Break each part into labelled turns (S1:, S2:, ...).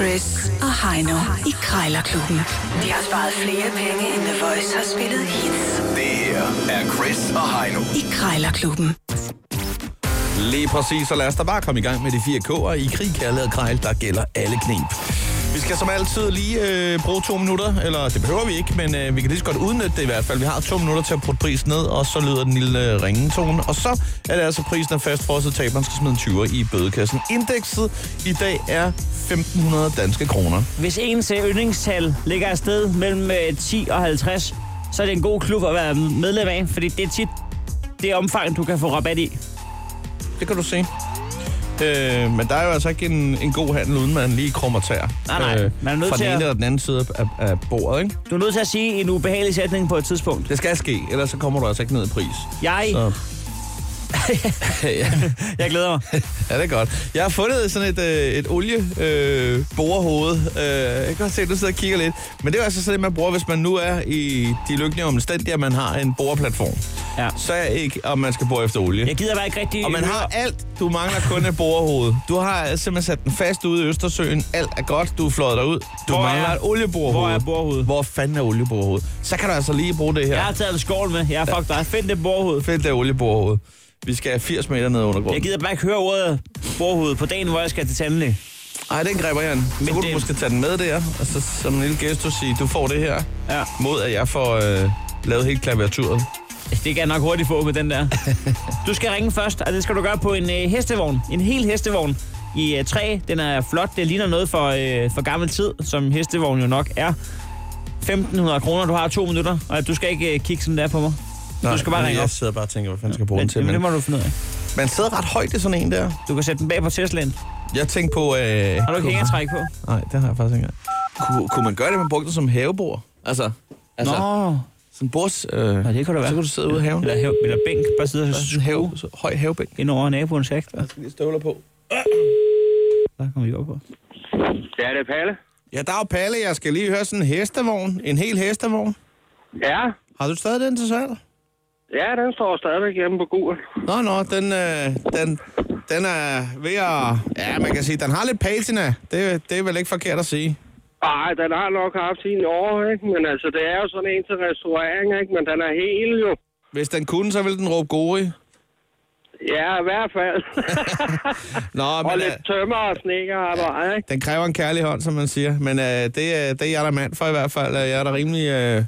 S1: Chris og Heino i Krejlerklubben. De har sparet flere penge, end The Voice har spillet hits
S2: Det her er Chris og Heino.
S1: i Krejlerklubben.
S3: Lige præcis, og lad os da bare komme i gang med de fire K'er. I krig, kærlighed og krejl, der gælder alle knep. Vi skal som altid lige øh, bruge to minutter, eller det behøver vi ikke, men øh, vi kan lige så godt udnytte det i hvert fald. Vi har to minutter til at putte prisen ned, og så lyder den lille øh, ringetone. Og så er det altså prisen er fast for os, at taberen skal smide en 20'er i bødekassen. Indekset i dag er 1.500 danske kroner.
S4: Hvis ens øh, yndlingstal ligger afsted mellem øh, 10 og 50, så er det en god klub at være medlem af, fordi det er tit det omfang, du kan få rabat i.
S3: Det kan du se. Øh, men der er jo altså ikke en, en god handel, uden man lige krummer tær.
S4: Nej, nej. Man er nødt
S3: fra
S4: til
S3: den
S4: at-
S3: ene eller den anden side af, af bordet, ikke?
S4: Du er nødt til at sige en ubehagelig sætning på et tidspunkt.
S3: Det skal ske, ellers så kommer du altså ikke ned i pris.
S4: Jeg,
S3: Så. ja,
S4: jeg glæder mig.
S3: ja, det er godt. Jeg har fundet sådan et, øh, et olieborerhoved. Øh, borehoved. øh, jeg kan godt se, at du sidder og kigger lidt. Men det er jo altså sådan, et, man bruger, hvis man nu er i de lykkelige omstændigheder, at man har en boreplatform.
S4: Ja.
S3: Så er ikke, om man skal bore efter olie.
S4: Jeg gider bare ikke rigtig...
S3: Og man har alt. Du mangler kun et borehoved. Du har simpelthen sat den fast ude i Østersøen. Alt er godt. Du er fløjet derud. Du
S4: Hvor
S3: mangler
S4: er-
S3: et olieborehoved.
S4: hvor er borehovedet?
S3: Hvor fanden er olieborehovedet? Så kan du altså lige bruge det her.
S4: Jeg har taget en skål med. Jeg er fuck dig. Find det borhoved.
S3: Fedt der olieborehoved. Vi skal 80 meter ned under
S4: Jeg
S3: grunden.
S4: gider bare ikke høre ordet borhoved på dagen, hvor jeg skal til tandlæge.
S3: Ej, den griber jeg an. Så
S4: Men
S3: kunne det... du
S4: det-
S3: måske tage den med der, og så som en lille gestus sige, du får det her,
S4: Ja.
S3: mod at jeg får øh, lavet helt klaviaturet.
S4: Det kan jeg nok hurtigt få med den der. Du skal ringe først, og det skal du gøre på en øh, hestevogn. En hel hestevogn i øh, træ. Den er flot. Det ligner noget for, øh, for gammel tid, som hestevogn jo nok er. 1.500 kroner. Du har to minutter, og du skal ikke øh, kigge sådan der på mig. du skal bare
S3: men
S4: ringe op.
S3: Jeg sidder bare og tænker, hvad fanden skal jeg bruge den
S4: Men,
S3: til.
S4: men det
S3: Men
S4: må du finde ud af.
S3: man sidder ret højt i sådan en der.
S4: Du kan sætte den bag på Teslaen.
S3: Jeg tænkte på... Øh,
S4: Har du ikke hængertræk på?
S3: Nej, det har jeg faktisk ikke. engang. Kunne, kunne man gøre det, at man brugte det som havebord? Altså, altså
S4: Nå,
S3: sådan en bords... Øh, Nej,
S4: det kan du være.
S3: Så kunne du sidde ude i haven.
S4: eller,
S3: Eller,
S4: have, eller bænk. Bare sidde og
S3: sådan en have, så, høj havebænk.
S4: ind over naboens hæk.
S3: Jeg skal lige støvler på.
S4: Der kommer vi op på.
S5: Ja, det er Palle.
S3: Ja, der er jo Palle. Jeg skal lige høre sådan en hestevogn. En hel hestevogn.
S5: Ja,
S3: Har du stadig den til salg?
S5: ja den står stadigvæk hjemme på Google.
S3: Nå, nå, den, øh, den, den er ved at... Ja, man kan sige, den har lidt patina. Det, det er vel ikke forkert at sige.
S5: Nej, den har nok haft sine år, ikke? Men altså, det er jo sådan en til restaurering, ikke? Men den er helt jo.
S3: Hvis den kunne, så ville den råbe gori.
S5: Ja, i hvert fald.
S3: Nå,
S5: og
S3: men øh,
S5: lidt tømmer og snekker og bare, ikke?
S3: den kræver en kærlig hånd, som man siger. Men øh, det, er- det er jeg der mand for i hvert fald. Jeg er der rimelig øh,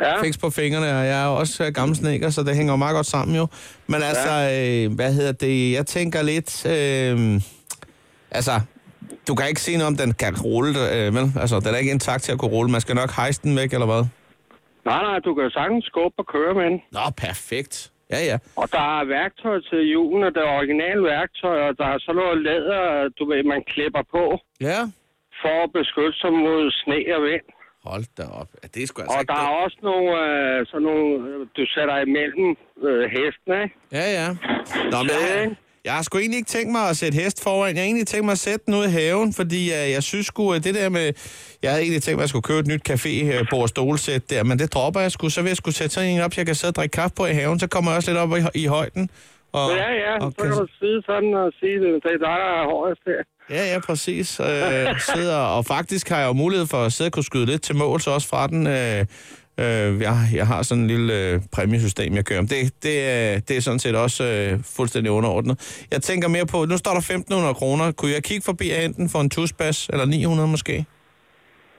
S5: Ja.
S3: fiks på fingrene, og jeg er jo også øh, gammel sneker, så det hænger jo meget godt sammen jo. Men altså, øh, hvad hedder det? Jeg tænker lidt... Øh, altså, du kan ikke sige noget om, den kan rulle, øh, vel? Altså, den er ikke intakt til at kunne rulle. Man skal nok hejse den væk, eller hvad?
S5: Nej, nej, du kan jo sagtens skubbe og køre med den.
S3: Nå, perfekt. Ja, ja.
S5: Og der er værktøj til julen, og det er originale værktøj, og der er så noget læder, du ved, man klipper på
S3: Ja.
S5: for at beskytte sig mod sne og vind.
S3: Hold da op. Ja, det er sgu altså
S5: Og
S3: ikke
S5: der er
S3: det.
S5: også nogle, øh, sådan nogle, øh, du sætter imellem øh, hestene, ikke?
S3: Ja, ja. Nå, men
S5: Ja.
S3: jeg, jeg har sgu egentlig ikke tænkt mig at sætte hest foran. Jeg har egentlig tænkt mig at sætte den ud i haven, fordi øh, jeg, jeg synes sgu, at det der med... Jeg havde egentlig tænkt mig, at jeg skulle købe et nyt café bord og stolsæt der, men det dropper jeg sgu. Så vil jeg skulle sætte sådan en op, jeg kan sidde og drikke kaffe på i haven. Så kommer jeg også lidt op i, i højden. Og,
S5: Ja, ja,
S3: og
S5: så kan du sidde sådan og sige, det er dig, der er højest her.
S3: Ja, ja, præcis. Øh, sidder, og faktisk har jeg jo mulighed for at sidde og kunne skyde lidt til mål, så også fra den. Øh, øh, jeg, jeg har sådan en lille øh, præmiesystem, jeg kører. Men Det, det, øh, det er sådan set også øh, fuldstændig underordnet. Jeg tænker mere på, nu står der 1.500 kroner. Kunne jeg kigge forbi og enten for en tusbas, eller 900 måske?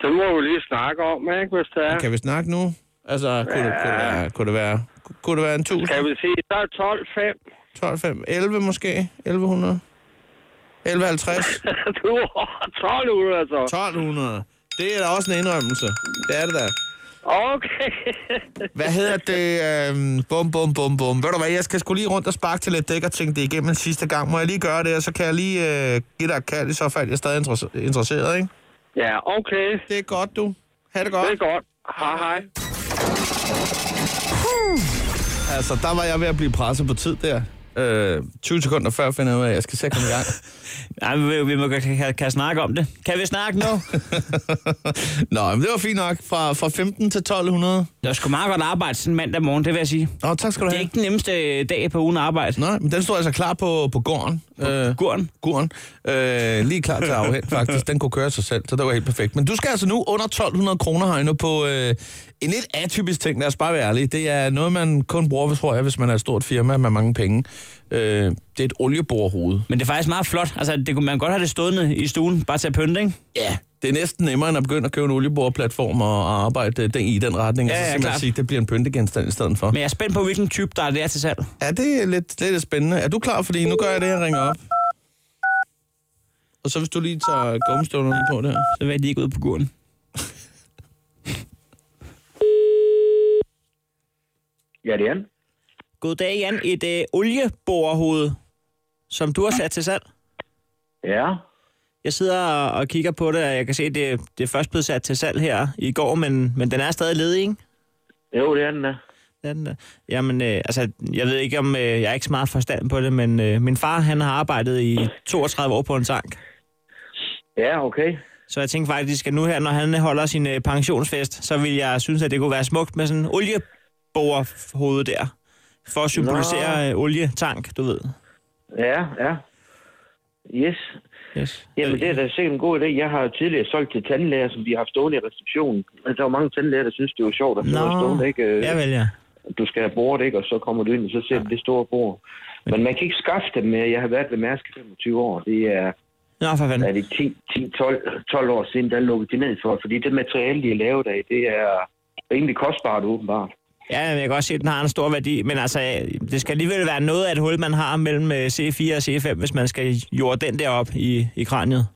S5: Det må vi lige snakke om, ikke, hvis det er.
S3: Kan vi snakke nu? Altså, kunne, det, kunne, det, være, kunne, det, være, kunne det være en 1.000,
S5: Kan vi sige, der er 12,5.
S3: 12, 5, 11 måske? 1.100? 1150?
S5: du har 12 ud, altså.
S3: 1200. Det er da også en indrømmelse. Det er det da.
S5: Okay.
S3: Hvad hedder det? Øhm, bum, bum, bum, bum. Ved du hvad, jeg skal sgu lige rundt og sparke til lidt dæk og tænke det igennem en sidste gang. Må jeg lige gøre det, og så kan jeg lige øh, give dig et kald, i så fald jeg er stadig interesse- interesseret, ikke?
S5: ja, okay.
S3: Det er godt, du. Ha' det
S5: Det
S3: godt.
S5: er godt. Hej, hej.
S3: Altså, der var jeg ved at blive presset på tid der. Øh, 20 sekunder før finder jeg ud af, at jeg skal sætte i gang.
S4: Nej, vi, vi må, kan, kan snakke om det. Kan vi snakke nu?
S3: Nå, men det var fint nok. Fra, fra 15 til 1200.
S4: Der er sgu meget godt arbejde sådan mandag morgen, det vil jeg sige.
S3: Nå, tak skal du
S4: Det er
S3: have.
S4: ikke den nemmeste dag øh, på ugen at arbejde.
S3: Nej, men den stod altså klar på, på gården. Øh,
S4: Guren.
S3: Guren. Øh, lige klar til afhæng, faktisk. Den kunne køre sig selv, så det var helt perfekt. Men du skal altså nu under 1200 kroner, Heino, på øh, en lidt atypisk ting. Lad os bare være ærlige. Det er noget, man kun bruger, tror jeg, hvis man er et stort firma med mange penge. Øh, det er et olieborhoved.
S4: Men det er faktisk meget flot. Altså, det kunne man godt have det stående i stuen, bare til at pynte, ikke?
S3: Ja, det er næsten nemmere end at begynde at købe en olieboreplatform og arbejde den, i den retning.
S4: Ja,
S3: og
S4: ja,
S3: så simpelthen
S4: klart.
S3: sige, det bliver en pyntegenstand i stedet for.
S4: Men jeg er spændt på, hvilken type, der er der til salg.
S3: Ja, det er lidt, lidt spændende. Er du klar? Fordi nu gør jeg det, jeg ringer op. Og så hvis du lige tager gummistøvlerne på der.
S4: Så vil jeg lige gå ud på guren.
S6: Ja, det er han.
S4: Goddag, Jan. Et øh, olieborehoved, som du har sat til salg.
S6: Ja.
S4: Jeg sidder og- og kigger på det, og jeg kan se, at det, det er først blevet sat til salg her i går, men, men den er stadig ledig, ikke?
S6: Jo, det er han. da.
S4: Ja, den er. Jamen, øh, altså, jeg ved ikke om, øh, jeg er ikke så meget forstand på det, men øh, min far, han har arbejdet i 32 år på en tank.
S6: Ja, okay.
S4: Så jeg tænkte faktisk, at nu her, når han holder sin øh, pensionsfest, så vil jeg synes, at det kunne være smukt med sådan en olieborehoved der. For at symbolisere øh, olietank, du ved.
S6: Ja, ja. Yes.
S4: Yes.
S6: Jamen, det er da sikkert en god idé. Jeg har jo tidligere solgt til tandlæger, som vi har haft stående i receptionen. Men der var mange tandlæger, der synes, det var sjovt at få det
S4: Nå,
S6: stående, ikke? Øh,
S4: jeg vælger.
S6: Du skal have bordet, ikke? Og så kommer du ind, og så ser du det store bord. Men man kan ikke skaffe dem mere. Jeg har været ved Mærsk i 25 år. Det er,
S4: Nå, for
S6: er
S4: fanden.
S6: det 10, 10 12, 12 år siden, der lukkede de ned for. Fordi det materiale, de er lavet af, det er rimelig kostbart, åbenbart.
S4: Ja, men jeg kan godt se, at den har en stor værdi, men altså, øh, det skal alligevel være noget af et hul, man har mellem øh, C4 og C5, hvis man skal jorde den der op i, i kraniet.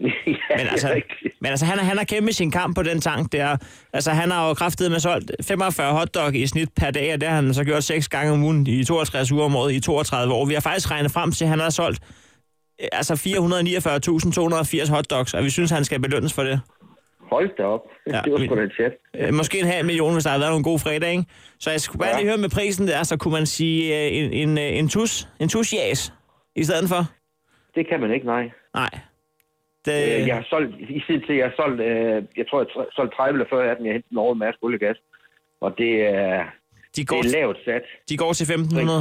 S6: ja,
S4: Men
S6: det er
S4: altså,
S6: rigtigt.
S4: men altså han, har- han har kæmpet sin kamp på den tank der. Altså, han har jo kraftet med solgt 45 hotdog i snit per dag, og det har han så gjort seks gange om ugen i 52 uger om året i 32 år. Vi har faktisk regnet frem til, at han har solgt øh, altså 449.280 hotdogs, og vi synes, han skal belønnes for det.
S6: Hold da op.
S4: Ja,
S6: Ja, det var
S4: men-
S6: sgu da et chat.
S4: Øh, Måske en halv million, hvis der har været nogle gode fredage, ikke? Så jeg skulle bare
S6: Ja.
S4: lige høre med prisen der, så kunne man sige øh, en, en, øh, en tus, en tus yes, i stedet for?
S6: Det kan man ikke, nej.
S4: Nej.
S6: Øh,
S4: Det,
S6: jeg har solgt, i sin tid, jeg har solgt, øh, jeg tror, jeg har solgt 30 eller 40 af dem, jeg hentede dem over med Mærsk Olie og Gas. Og det er,
S4: de,
S6: det
S4: går,
S6: er lavt sat.
S4: de går til 1.500.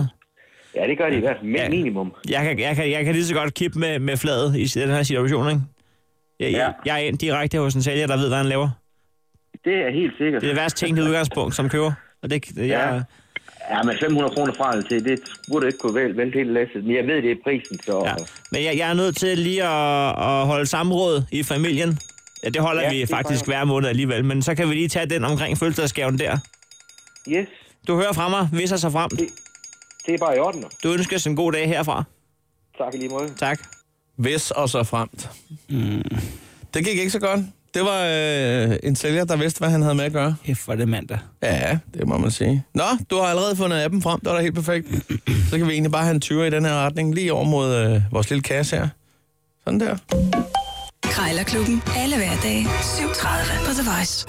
S6: Ja, det gør de i hvert fald.
S4: Ja.
S6: Ja. Minimum.
S4: jeg kan, jeg, kan, jeg kan lige så godt kippe med, med fladet i den her situation, ikke? Jeg, ja.
S6: Ja.
S4: jeg, jeg er ind direkte hos en sælger, der ved, hvad han laver.
S6: Det er helt sikkert.
S4: Det er det værst tænkte udgangspunkt som køber. Og det, jeg, ja.
S6: Ja. Ja, men 500 kroner fra eller til, det burde ikke kunne vælte, vælte hele læsset. Men jeg ved, det er prisen, så...
S4: Ja.
S6: Ja.
S4: Men jeg, jeg er nødt til lige at, at holde samråd i familien. Ja, det holder ja,
S6: Ja,
S4: vi
S6: det
S4: faktisk
S6: gør
S4: hver måned alligevel, men så kan vi lige tage den omkring fødselsdagsgaven der.
S6: Yes,
S4: Du hører fra mig, hvis jeg så frem.
S6: det er bare i orden.
S4: Du ønskes en god dag herfra.
S6: Tak i lige måde.
S4: Tak.
S3: Hvis og så fremt. Mm. Det gik ikke så godt. Det var øh, en sælger, der vidste, hvad han havde med at gøre.
S4: Hæft for det mandag.
S3: Ja, det må man sige. Nå, du har allerede fundet appen frem. Det var da helt perfekt. Så kan vi egentlig bare have en 20 i den her retning, lige over mod øh, vores lille kasse her. Sådan der.
S1: Krejlerklubben. Alle hverdage. 7.30 på The Voice.